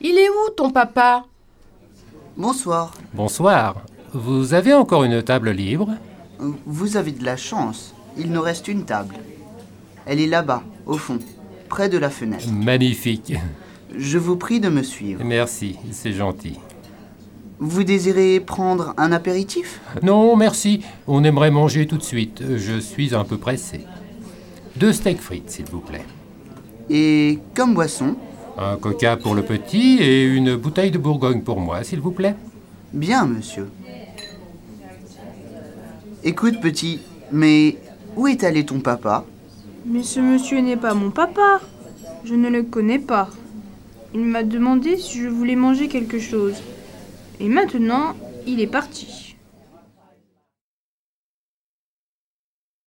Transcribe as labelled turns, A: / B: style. A: Il est où ton papa
B: Bonsoir.
C: Bonsoir. Vous avez encore une table libre
B: Euh, Vous avez de la chance. Il nous reste une table. Elle est là-bas, au fond, près de la fenêtre.
C: Magnifique.
B: Je vous prie de me suivre.
C: Merci, c'est gentil.
B: Vous désirez prendre un apéritif
C: Non, merci. On aimerait manger tout de suite. Je suis un peu pressé. Deux steaks frites, s'il vous plaît.
B: Et comme boisson
C: Un coca pour le petit et une bouteille de Bourgogne pour moi, s'il vous plaît.
B: Bien, monsieur. Écoute, petit, mais où est allé ton papa
D: Mais ce monsieur n'est pas mon papa. Je ne le connais pas. Il m'a demandé si je voulais manger quelque chose. Et maintenant, il est parti.